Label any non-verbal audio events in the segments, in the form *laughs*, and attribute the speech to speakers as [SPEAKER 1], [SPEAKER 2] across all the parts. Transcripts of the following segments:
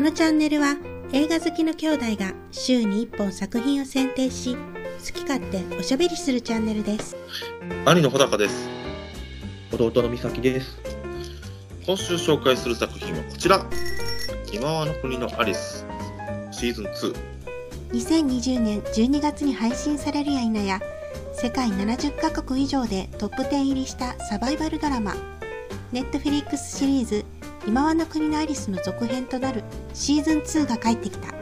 [SPEAKER 1] のチャンネルは映画好きの兄弟が週に1本作品を選定し好き勝手おしゃべりするチャンネルです
[SPEAKER 2] 兄の穂高です
[SPEAKER 3] 弟の美咲です。
[SPEAKER 2] 今週紹介する作品はこちら「今はの国のアリス」シーズン2
[SPEAKER 1] 2020年12月に配信されるや否や世界70カ国以上でトップ10入りしたサバイバルドラマ Netflix シリーズ「今はの国のアリス」の続編となるシーズン2が帰ってきた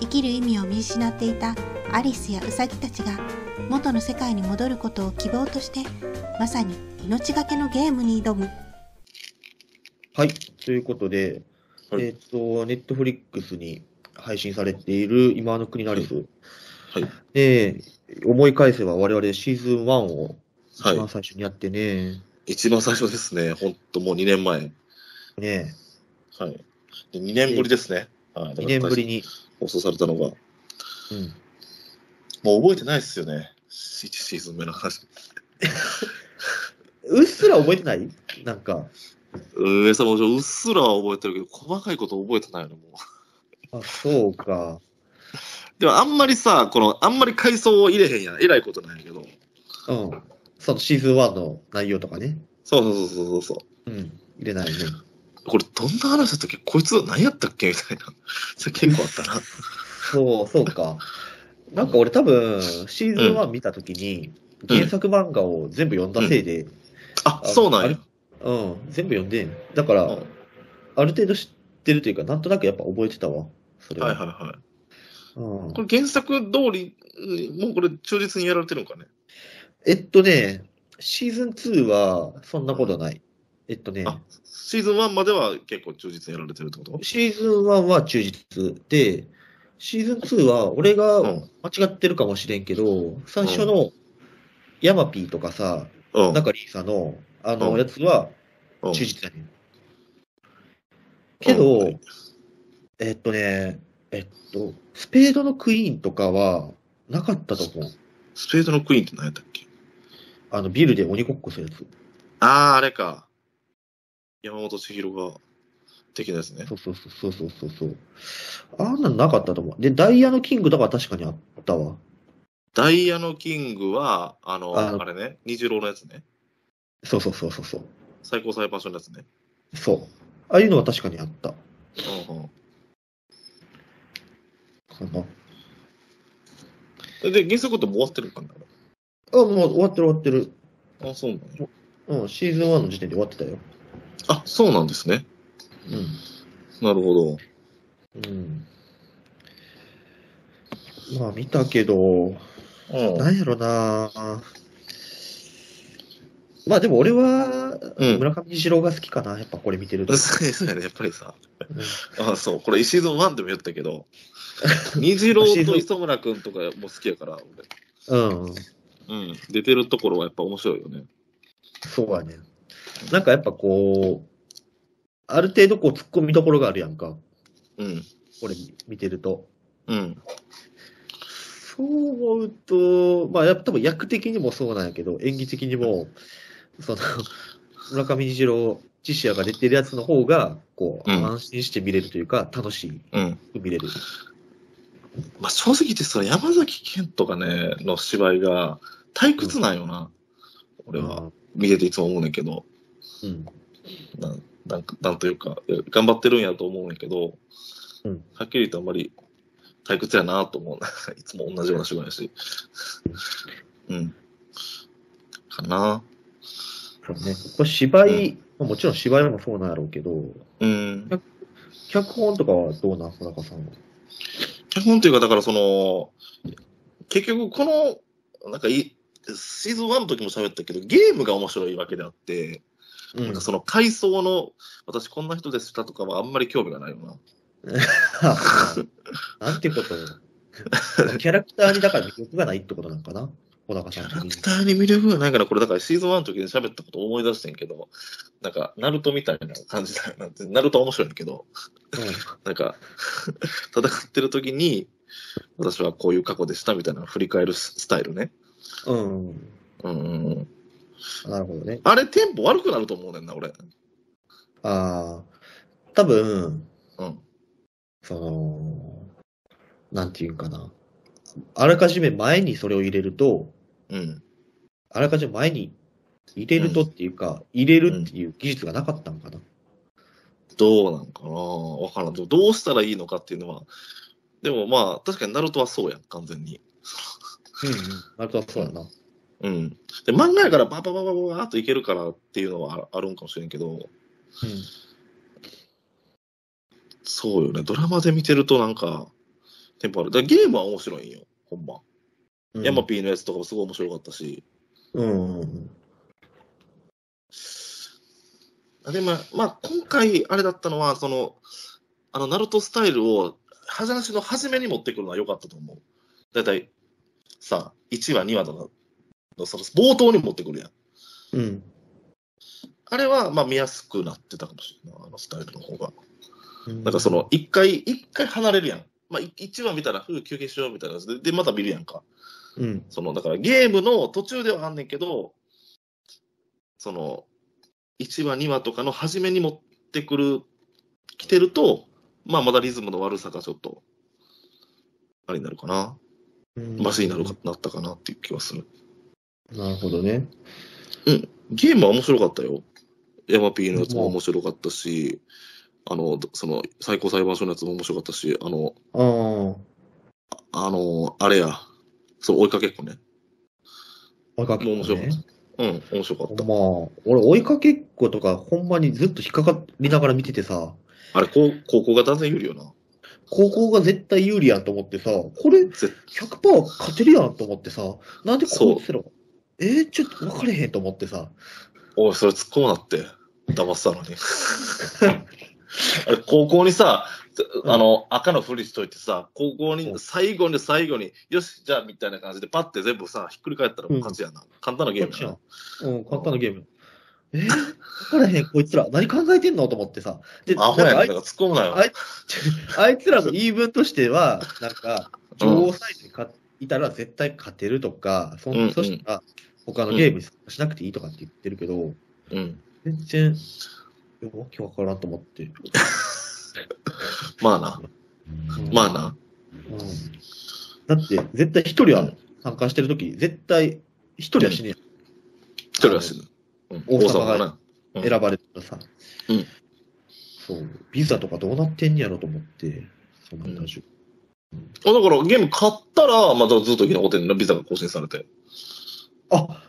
[SPEAKER 1] 生きる意味を見失っていたアリスやウサギたちが元の世界に戻ることを希望としてまさに命がけのゲームに挑む
[SPEAKER 3] はい。ということで、
[SPEAKER 2] はい
[SPEAKER 3] えっ、と、ネットフリックスに配信されている今の国のアリス。
[SPEAKER 2] はい
[SPEAKER 3] で、思い返せば我々シーズン1を一
[SPEAKER 2] は
[SPEAKER 3] 番最初にやってね、
[SPEAKER 2] い一番最初ですねほんともう2年前
[SPEAKER 3] ね、
[SPEAKER 2] はいで2年ぶりですね、はい、
[SPEAKER 3] 2年ぶり
[SPEAKER 2] に
[SPEAKER 3] に、
[SPEAKER 2] 放送されたのが
[SPEAKER 3] うん、
[SPEAKER 2] もう覚えてないですよね1シーズン目の話
[SPEAKER 3] うっすら覚えてないなんか、
[SPEAKER 2] 上様うっすらは覚えてるけど細かいこと覚えてないのもう
[SPEAKER 3] あ、そうか。
[SPEAKER 2] でもあんまりさこのあんまり回想を入れへんやんえらいことなんやけど
[SPEAKER 3] うん。そのシーズン1の内容とかね。
[SPEAKER 2] そうそうそうそうそう
[SPEAKER 3] うん。入れないね。
[SPEAKER 2] これどんな話だったっけこいつ何やったっけみたいな。それ結構あったな。
[SPEAKER 3] そう、そうか。なんか俺多分、シーズン1見たときに、
[SPEAKER 2] うん
[SPEAKER 3] 原作漫画を全部読んだせいで、
[SPEAKER 2] *laughs* あ、
[SPEAKER 3] あ
[SPEAKER 2] そうなん
[SPEAKER 3] あれ
[SPEAKER 2] や。
[SPEAKER 3] うん、全部読んでん。だから、
[SPEAKER 2] うん
[SPEAKER 3] ある程度知ってるというか、なんとなくやっぱ覚えてたわ。それは。
[SPEAKER 2] はいはいはい。
[SPEAKER 3] うん
[SPEAKER 2] これ原作通り、うんもうこれ忠実にやられてるのかね。
[SPEAKER 3] えっとね、シーズン2はそんなことない。えっとね、
[SPEAKER 2] あシーズン1までは結構忠実にやられてるってこと
[SPEAKER 3] シーズン1は忠実で、シーズン2は俺が
[SPEAKER 2] う
[SPEAKER 3] 間
[SPEAKER 2] ん。
[SPEAKER 3] 違ってるかもしれんけど、最初のヤマピーとかさ、
[SPEAKER 2] うん
[SPEAKER 3] なん。かリーサのあ
[SPEAKER 2] う
[SPEAKER 3] の
[SPEAKER 2] ん
[SPEAKER 3] やつは
[SPEAKER 2] うん
[SPEAKER 3] 忠実だね。けど、
[SPEAKER 2] うん
[SPEAKER 3] えっとね、えっと、スペードのクイーンとかはなかったと思う。
[SPEAKER 2] スペードのクイーンって何やったっけ
[SPEAKER 3] あの、ビルで鬼ごっこするやつ。
[SPEAKER 2] あー、あれか。山本千尋が的なやつね。
[SPEAKER 3] そうそうそうそうそうそう。あんなのなかったと思う。で、ダイヤのキングとかは確かにあったわ。
[SPEAKER 2] ダイヤのキングは、あの、
[SPEAKER 3] あ
[SPEAKER 2] あれね、虹郎のやつね。
[SPEAKER 3] そうそうそうそうそう。
[SPEAKER 2] 最高裁判所のやつね。
[SPEAKER 3] そう。ああいうのは確かにあった。
[SPEAKER 2] うんうん
[SPEAKER 3] かな。
[SPEAKER 2] で、で原作ってもう終わってるのかな
[SPEAKER 3] あ、もう終わってる終わってる。
[SPEAKER 2] あ、そうなんや
[SPEAKER 3] うん、シーズン1の時点で終わってたよ。
[SPEAKER 2] あ、そうなんですね。なるほど。
[SPEAKER 3] うん。うん。まあ見たけど、
[SPEAKER 2] う
[SPEAKER 3] なんやろなまあでも俺は、
[SPEAKER 2] うん
[SPEAKER 3] 村上二郎が好きかな、やっぱこれ見てると
[SPEAKER 2] ん。。そうやね、やっぱりさ。
[SPEAKER 3] うん
[SPEAKER 2] あそう、これシーズン1でも言ったけど、虹郎と磯村くんとかも好きやから、俺
[SPEAKER 3] うん、
[SPEAKER 2] うん、出てるところはやっぱ面白いよね。
[SPEAKER 3] そうやね。なんかやっぱこう、ある程度こう突っ込みどころがあるやんか、
[SPEAKER 2] うん、
[SPEAKER 3] これ見てると。
[SPEAKER 2] うん、
[SPEAKER 3] そう思うと、まあやっぱ多分役的にもそうなんやけど、演技的にも、その、 *laughs* 村上二郎、自社が出てるやつの方が、こう、
[SPEAKER 2] うん
[SPEAKER 3] 安心して見れるというか、楽し
[SPEAKER 2] うん。
[SPEAKER 3] く見れる。
[SPEAKER 2] まあ、正直言ってその山崎賢人がね、の芝居が退屈なんよな。俺は、見てていつも思うねんけど、
[SPEAKER 3] うん。
[SPEAKER 2] なんなんかなんというか、いや頑張ってるんやと思うねんけど、
[SPEAKER 3] うん
[SPEAKER 2] はっきり言ってあんまり退屈やなと思うな。 *laughs* いつも同じような芝居やし。うん。かな。
[SPEAKER 3] そうね。これ芝居、まあもちろん芝居もそうなんやろうけど、
[SPEAKER 2] うん。
[SPEAKER 3] 脚本とかはどうなん、小中さんは。
[SPEAKER 2] 脚本というか、だからその、結局この、なんかい、シーズン1の時も喋ったけど、ゲームが面白いわけであって、
[SPEAKER 3] う
[SPEAKER 2] なんかその階層の、私こんな人でしたとかはあんまり興味がないよな。
[SPEAKER 3] *laughs* なんてことをキャラクターにだから魅力がないってことなんかな小中
[SPEAKER 2] キ
[SPEAKER 3] さん
[SPEAKER 2] ャ
[SPEAKER 3] 的
[SPEAKER 2] ラ
[SPEAKER 3] に
[SPEAKER 2] ク。ターに魅力がないから、これだからシーズン1の時に喋ったこと思い出してんけど、なんか、ナルトみたいな感じだよなんて、ナルトは面白いんだけど、なんか、戦ってる時に、私はこういう過去でしたみたいなのを振り返るススタイルね。
[SPEAKER 3] うん。う
[SPEAKER 2] う
[SPEAKER 3] ん。
[SPEAKER 2] んうんうん。
[SPEAKER 3] なるほどね。
[SPEAKER 2] あれ、テンポ悪くなると思うねんな、俺。
[SPEAKER 3] ああ。多分、
[SPEAKER 2] うん。
[SPEAKER 3] その、なんていうんかな。あらかじめ前にそれを入れると、
[SPEAKER 2] うん。
[SPEAKER 3] あらかじめ前に入れるとっていうか、入れるっていう技術がなかったのかな。
[SPEAKER 2] どうなんかなわからん。でもどうしたらいいのかっていうのは、でもまあ、確かにナルトはそうやん、完全に。
[SPEAKER 3] うん、うん。あれとはそうやな。
[SPEAKER 2] うん。で、漫画やからババババババーっといけるからっていうのはああるんかもしれんけど、そうよね。ドラマで見てるとなんか、テンポある。だからゲームは面白いんよ、ほんま。
[SPEAKER 3] うん。
[SPEAKER 2] ヤマピーのやつとかもすごい面白かったし。
[SPEAKER 3] うんうん。
[SPEAKER 2] あでも、まあ、今回あれだったのは、その、あの、ナルトスタイルを、話の初めに持ってくるのは良かったと思う。だいたい、さ、1話、2話とかの、その、冒頭に持ってくるやん。
[SPEAKER 3] うん。
[SPEAKER 2] あれは、まあ、見やすくなってたかもしれない。あのスタイルの方が。
[SPEAKER 3] うん。
[SPEAKER 2] なんかその、一回、一回離れるやん。まあ、い一話見たら、ふう休憩しようみたいなやつで、で、また見るやんか。
[SPEAKER 3] うん。
[SPEAKER 2] その、だからゲームの途中ではあんねんけど、その、1話、2話とかの初めに持ってくる、来てると、まあ、まだリズムの悪さがちょっと、あれになるかな。
[SPEAKER 3] うん。
[SPEAKER 2] マシになるか、なったかなっていう気はする。
[SPEAKER 3] なるほどね。
[SPEAKER 2] ゲームは面白かったよ。ヤマピーのやつも面白かったし、あの、その、最高裁判所のやつも面白かったし、あの、
[SPEAKER 3] ああ。
[SPEAKER 2] あの、あれや、そう、追いかけっこね。
[SPEAKER 3] 追いかけ
[SPEAKER 2] 面
[SPEAKER 3] っこ
[SPEAKER 2] 白か
[SPEAKER 3] ね
[SPEAKER 2] っ。た。うん、面白かった。
[SPEAKER 3] まあ、俺追いかけっことか、ほんまにずっと引っかかりながら見ててさ、
[SPEAKER 2] あれ、高高校が断然有利よな。
[SPEAKER 3] 高校が絶対有利やんと思ってさ、これ
[SPEAKER 2] 絶
[SPEAKER 3] 100%勝てるやんと思ってさ、なんでこいつら、えー、ちょっと分かれへんと思ってさ、
[SPEAKER 2] おい、それ突っ込むなって、騙したのに。 *laughs* あれ、高校にさ、あの、赤のふりしといてさ、高校
[SPEAKER 3] う
[SPEAKER 2] に、
[SPEAKER 3] ん
[SPEAKER 2] 最後に最後に、よし、じゃあ、みたいな感じで、パッて全部さ、ひっくり返ったらもう勝ちやな。簡単なゲームやな。
[SPEAKER 3] うん、簡単なゲーム。えー、分からへん、こいつら、何考えてんのと思ってさ、で、
[SPEAKER 2] アホやん、だ
[SPEAKER 3] な
[SPEAKER 2] か
[SPEAKER 3] んから
[SPEAKER 2] 突っ込むなよ
[SPEAKER 3] あ。いあいあいつらの言い分としては、なんか、女王サイズに勝いたら絶対勝てるとか、そ,、
[SPEAKER 2] うんうん
[SPEAKER 3] そしたら、他のゲームに参加しなくていいとかって言ってるけど、
[SPEAKER 2] うん。
[SPEAKER 3] 全然、わけわからんと思って。
[SPEAKER 2] まあな、まあな。
[SPEAKER 3] うん。だって、絶対一人は参加してるとき、絶対一人は死ね
[SPEAKER 2] 一人は死ぬ。うん
[SPEAKER 3] 王様が
[SPEAKER 2] 王な。う
[SPEAKER 3] え、
[SPEAKER 2] ん
[SPEAKER 3] 選ばれたらさ。
[SPEAKER 2] うん
[SPEAKER 3] そう。ビザとかどうなってんやろと思って、そんな話。
[SPEAKER 2] あだから、ゲーム買ったら、またずっと生き残ってんの、ビザが更新されて。
[SPEAKER 3] あ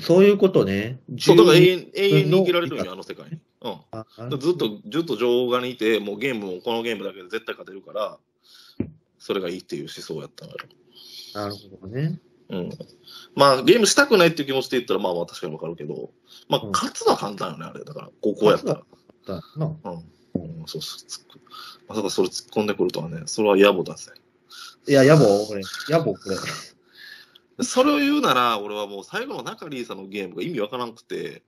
[SPEAKER 3] そういうことね。
[SPEAKER 2] そう、だから永
[SPEAKER 3] 12
[SPEAKER 2] 遠、永遠に生きられるんよ、あの世界に。うん。
[SPEAKER 3] ああ
[SPEAKER 2] ずっと、ずっと女王がにいて、もうゲームもこのゲームだけで絶対勝てるから、それがいいっていう思想やったのよ。
[SPEAKER 3] なるほどね。
[SPEAKER 2] うん。まあ、ゲームしたくないっていう気持ちで言ったら、まあまあ確かにわかるけど、まあ
[SPEAKER 3] うん、
[SPEAKER 2] 勝つのは簡単よね、あれ。だから、高校やったら。
[SPEAKER 3] だな。
[SPEAKER 2] うん。うん、そうそう。突っ込むまさかそれ突っ込んでくるとはね、それは野暮だぜ。
[SPEAKER 3] いや、野暮、これ。野暮、これ。
[SPEAKER 2] それを言うなら、俺はもう最後の中リーさんのゲームが意味わからなくて、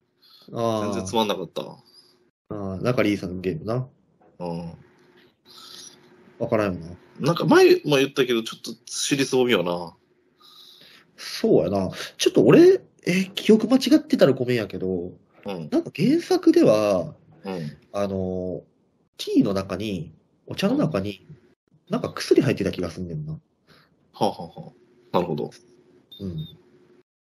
[SPEAKER 2] 全
[SPEAKER 3] あ
[SPEAKER 2] 然つまんなかったわ。
[SPEAKER 3] あ。ああ、中里さんのゲームな。
[SPEAKER 2] うん。
[SPEAKER 3] わからんよな。
[SPEAKER 2] なんか前も言ったけど、ちょっと尻すぼみよな。
[SPEAKER 3] そうやな。ちょっと俺、えー記憶間違ってたらごめんやけど、
[SPEAKER 2] うん。
[SPEAKER 3] なんか原作では、
[SPEAKER 2] うん。
[SPEAKER 3] あのー、ティーの中に、お茶の中に、なんか薬入ってた気がすんねんな。
[SPEAKER 2] はあ、はあはあ、なるほど。
[SPEAKER 3] うん。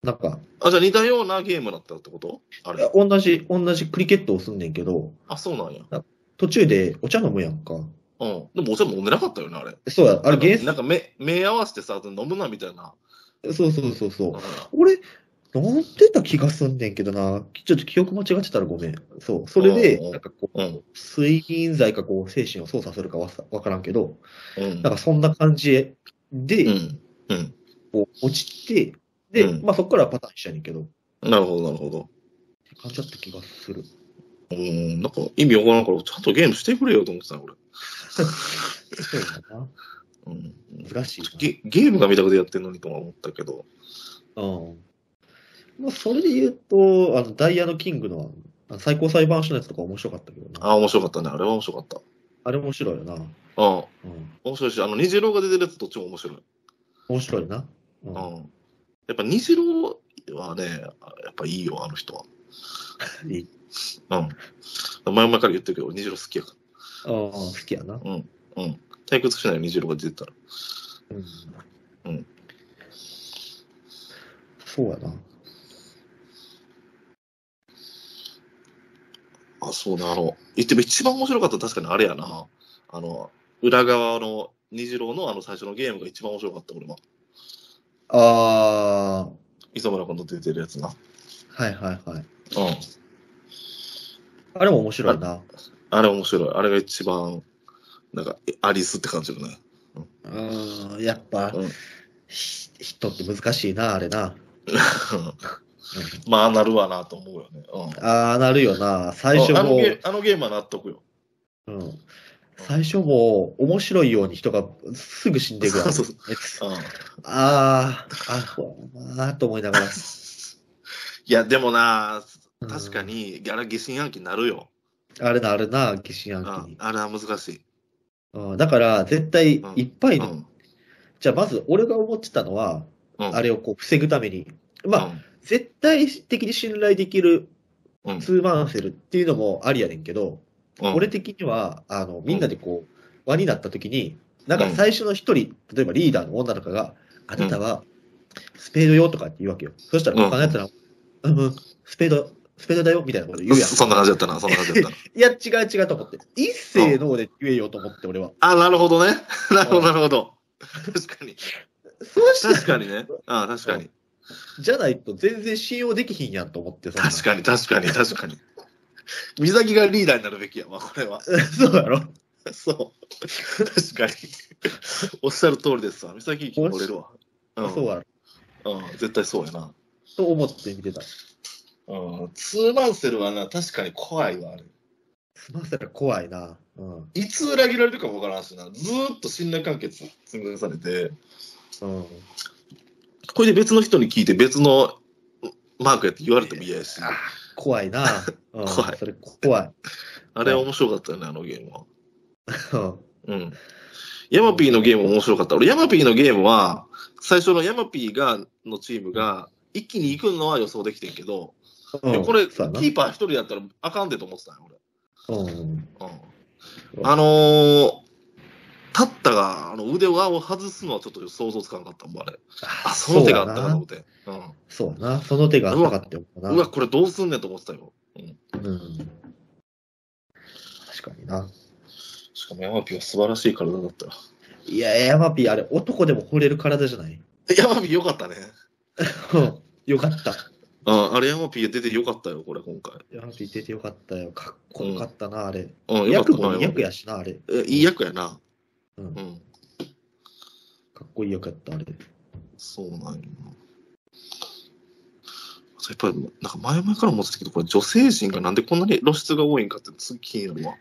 [SPEAKER 3] なんか、
[SPEAKER 2] あ、じゃあ似たようなゲームだったってことあ
[SPEAKER 3] いや
[SPEAKER 2] れ。
[SPEAKER 3] 同じ、同じクリケットをすんねんけど、
[SPEAKER 2] あ、そうなんや。
[SPEAKER 3] 途中でお茶飲むやんか。
[SPEAKER 2] うん。でもお茶飲んでなかったよね、あれ。
[SPEAKER 3] そうや、あれ原
[SPEAKER 2] なんか目、目合わせてさ、飲むなみたいな。
[SPEAKER 3] 作、そうそうそうそう
[SPEAKER 2] うん。
[SPEAKER 3] 俺、飲んでた気がすんねんけどな。ちょっと記憶間違ってたらごめん。そう。それで
[SPEAKER 2] うんう、ん
[SPEAKER 3] なんかこう、
[SPEAKER 2] うん。
[SPEAKER 3] 睡眠剤かこう、精神を操作するかわさわからんけど、
[SPEAKER 2] うん
[SPEAKER 3] なんかそんな感じで、
[SPEAKER 2] うん。うん。
[SPEAKER 3] こう落ちて、で、
[SPEAKER 2] うん
[SPEAKER 3] まあそこからパターンしちゃうねんけど、って
[SPEAKER 2] なるほど、なるほど。
[SPEAKER 3] 感じだった気がする。
[SPEAKER 2] うん。なんか意味わからんから、ちゃんとゲームしてくれよと思ってたよ、俺。
[SPEAKER 3] そうだな。
[SPEAKER 2] うん。
[SPEAKER 3] 難しい
[SPEAKER 2] ゲゲームが見たくてやってんのにとは思ったけど。
[SPEAKER 3] な。うん。まあそれで言うと、あの、ダイヤのキングのあの最高裁判所のやつとか面白かったけどな。
[SPEAKER 2] あ、面白かったね。あれは面白かった。
[SPEAKER 3] あれ面白いよな。うん。
[SPEAKER 2] うん。面白いし、あの、虹郎が出てるやつどっちも面白い。
[SPEAKER 3] 面白いな。う。
[SPEAKER 2] うんん。やっぱ虹郎はね、やっぱいいよ、あの人は。
[SPEAKER 3] いい
[SPEAKER 2] うん。前々から言ってるけど、俺虹郎好きやから。
[SPEAKER 3] ああ、好きやな。
[SPEAKER 2] うん。退屈しないよ26が出てたら。
[SPEAKER 3] うん。
[SPEAKER 2] うん
[SPEAKER 3] そうやな。
[SPEAKER 2] あ、そうね、あの、言っても一番面白かったのは確かにあれやな。あの、裏側の虹郎のあの最初のゲームが一番面白かった、俺は。
[SPEAKER 3] あ
[SPEAKER 2] 磯村君と出てるやつな。うん。
[SPEAKER 3] ー、はいはいはい。あれも面白いな。
[SPEAKER 2] あれ面白い。あれが一番、なんか、えアリスって感じるね。 *laughs*
[SPEAKER 3] うん、やっぱ、
[SPEAKER 2] うん
[SPEAKER 3] ひ人って難しいな、あれな。
[SPEAKER 2] まあ、ああなるわなと思うよね。うん。
[SPEAKER 3] ああ、なるよな。最初
[SPEAKER 2] あの
[SPEAKER 3] も
[SPEAKER 2] ゲ
[SPEAKER 3] う
[SPEAKER 2] ー、あのゲームは納得よ。
[SPEAKER 3] うん、最初もう面白いように人がすぐ死んでいくわ。
[SPEAKER 2] そうそううん。い
[SPEAKER 3] あーあ、そうやなーと思いながら。
[SPEAKER 2] や、でもな、
[SPEAKER 3] うん
[SPEAKER 2] 確か。に、あれ疑心暗鬼になるよ。
[SPEAKER 3] あれな、あれな、疑心
[SPEAKER 2] う
[SPEAKER 3] 暗鬼
[SPEAKER 2] ん
[SPEAKER 3] に。
[SPEAKER 2] あれは難しい。
[SPEAKER 3] うん、だから、絶対
[SPEAKER 2] うん
[SPEAKER 3] いっぱいの、
[SPEAKER 2] うん。
[SPEAKER 3] じゃあまず俺が思ってたのは、
[SPEAKER 2] うん
[SPEAKER 3] あれをこう防ぐために、まあ、
[SPEAKER 2] うん
[SPEAKER 3] 絶対的に信頼できる
[SPEAKER 2] うん
[SPEAKER 3] ツーマンセルっていうのもありやねんけど、
[SPEAKER 2] うん
[SPEAKER 3] 俺的には、あの、みんなでこう、輪になった時に、なんか最初の一人、例えばリーダーの女の子が、あなたは、スペードよとかって言うわけよ。そしたら
[SPEAKER 2] うん
[SPEAKER 3] 他のやつら、うんうん、スペード、スペードだよみたいなこと言うや
[SPEAKER 2] *laughs*
[SPEAKER 3] ん。
[SPEAKER 2] そんな感じだったな、そんな感じだった
[SPEAKER 3] いや、違う違うと思って。一世の方で言えよと思って、俺は。
[SPEAKER 2] *laughs* な。あ、なるほどね。 *laughs* なるほど、なるほど。確かに。
[SPEAKER 3] そうしたら
[SPEAKER 2] 確かにね。あ確かに。
[SPEAKER 3] じゃないと全然信用できひんやんと思って、そんな
[SPEAKER 2] *laughs* 確かに、確かに、確かに。水崎がリーダーになるべきやわ、これは。
[SPEAKER 3] *laughs* そうやろ。
[SPEAKER 2] *laughs* そう。確かに。おっしゃる通りですわ。美咲生き折れるわ。うん、
[SPEAKER 3] そうやろ。
[SPEAKER 2] うん、絶対そうやな。
[SPEAKER 3] と思って見てた。
[SPEAKER 2] うん、ツーマンセルはな、確かに怖いわ、あれ。
[SPEAKER 3] すませら怖いな。うん。
[SPEAKER 2] いつ裏切られるかもわからんしな、ずーっと信頼関係積み重ねて、
[SPEAKER 3] うん。
[SPEAKER 2] これで別の人に聞いて、別のマークやって言われても嫌やし、
[SPEAKER 3] あー怖いな。う
[SPEAKER 2] *laughs*
[SPEAKER 3] ん、
[SPEAKER 2] 怖い
[SPEAKER 3] それ怖い。
[SPEAKER 2] あれは面白かったよね、あのゲームは。
[SPEAKER 3] う
[SPEAKER 2] う
[SPEAKER 3] ん
[SPEAKER 2] ん。ヤマピーのゲーム面白かった。俺、ヤマピーのゲームは、最初のヤマピーが、のチームが、一気に行くのは予想できてんけど、いや
[SPEAKER 3] うん
[SPEAKER 2] これ、キ
[SPEAKER 3] そうやな
[SPEAKER 2] ーパー一人やったらあかんでと思ってたんよ、
[SPEAKER 3] うん。
[SPEAKER 2] 俺。うん。あのー、タッタがあの腕輪を外すのはちょっと想像つかなかったもん、あれ。あ、その手があったかと思って。う
[SPEAKER 3] そうやな。その手があったかって思うな。
[SPEAKER 2] ん。うわ、これどうすんねんと思ってたよ。うん。
[SPEAKER 3] うん。確かにな。
[SPEAKER 2] しかもヤマピーは素晴らしい体だったよ。
[SPEAKER 3] いや、ヤマピーあれ、男でも惚れる体じゃない *laughs*
[SPEAKER 2] ヤマピーよかったね。
[SPEAKER 3] うんよかった。
[SPEAKER 2] うん、あれヤマピーが出てよかったよ、これ今回。
[SPEAKER 3] ヤマピー出てよかったよ。かっこよかったな、あれ。
[SPEAKER 2] うん、よか
[SPEAKER 3] 役
[SPEAKER 2] った
[SPEAKER 3] も
[SPEAKER 2] な。
[SPEAKER 3] いい役やしな、あれ。
[SPEAKER 2] えいい役やな。
[SPEAKER 3] うん
[SPEAKER 2] うん。
[SPEAKER 3] かっこいい役やった、あれ。
[SPEAKER 2] そうなんやな。そうやっぱり、なんか前々から思ってたけど、これ女性陣がなんでこんなに露出が多いんかって、すごい気にな
[SPEAKER 3] *laughs*
[SPEAKER 2] るわ。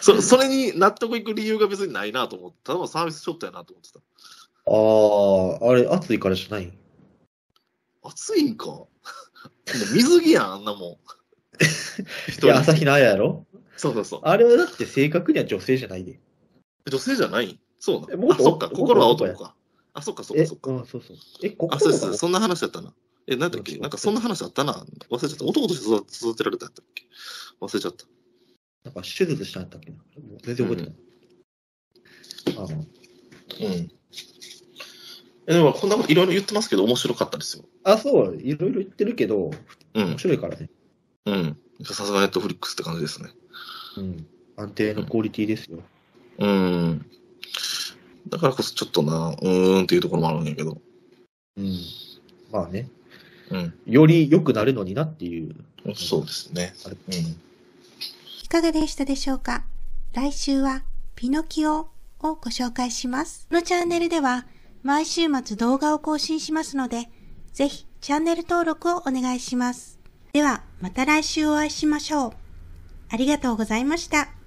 [SPEAKER 2] そそれに納得いく理由が別にないなと思って、ただのサービスショットやなと思ってた。
[SPEAKER 3] ああ、あれ、暑いからじゃない。
[SPEAKER 2] 暑いんか。でも水着やん、あんな
[SPEAKER 3] *laughs*
[SPEAKER 2] もん。一
[SPEAKER 3] いや、朝
[SPEAKER 2] 人。
[SPEAKER 3] 比奈彩やろ
[SPEAKER 2] そうそうそ
[SPEAKER 3] あれはだって正確には女性じゃないで。
[SPEAKER 2] う。女性じゃないそうな
[SPEAKER 3] え
[SPEAKER 2] の。
[SPEAKER 3] も
[SPEAKER 2] あ、
[SPEAKER 3] っと
[SPEAKER 2] そっか。
[SPEAKER 3] もっと
[SPEAKER 2] 心は
[SPEAKER 3] 男
[SPEAKER 2] 男
[SPEAKER 3] や
[SPEAKER 2] か。あ、そっか、そっ
[SPEAKER 3] え、う
[SPEAKER 2] か、
[SPEAKER 3] ん、
[SPEAKER 2] そ
[SPEAKER 3] そ
[SPEAKER 2] っか。
[SPEAKER 3] うそう。え、ここ
[SPEAKER 2] あ、そうです。そんな話だったな。え、なんだっけ
[SPEAKER 3] そうそう
[SPEAKER 2] なんかそんな話だったな。忘れちゃった。男として育て育てられたやったっけ忘れちゃった。
[SPEAKER 3] なんか手術したんだったっけな。もう全然覚えてない。あの
[SPEAKER 2] うん。え、でもこんなこといろいろ言ってますけど、面白かったですよ。
[SPEAKER 3] あ、そう、いろいろ言ってるけど、
[SPEAKER 2] うん
[SPEAKER 3] 面。白いからね。
[SPEAKER 2] うん。さすがネットフリックスって感じですね。
[SPEAKER 3] うん。安定のクオリティですよ。
[SPEAKER 2] うん。だからこそちょっとな、うーんっていうところもあるんやけど。
[SPEAKER 3] うん。まあね、
[SPEAKER 2] うん。
[SPEAKER 3] より良くなるのになっていう。
[SPEAKER 2] そうですね。
[SPEAKER 3] あれ
[SPEAKER 2] うん。
[SPEAKER 1] いかがでしたでしょうか来週はピノキオをご紹介します。このチャンネルでは毎週末動画を更新しますので、ぜひチャンネル登録をお願いします。ではまた来週お会いしましょう。ありがとうございました。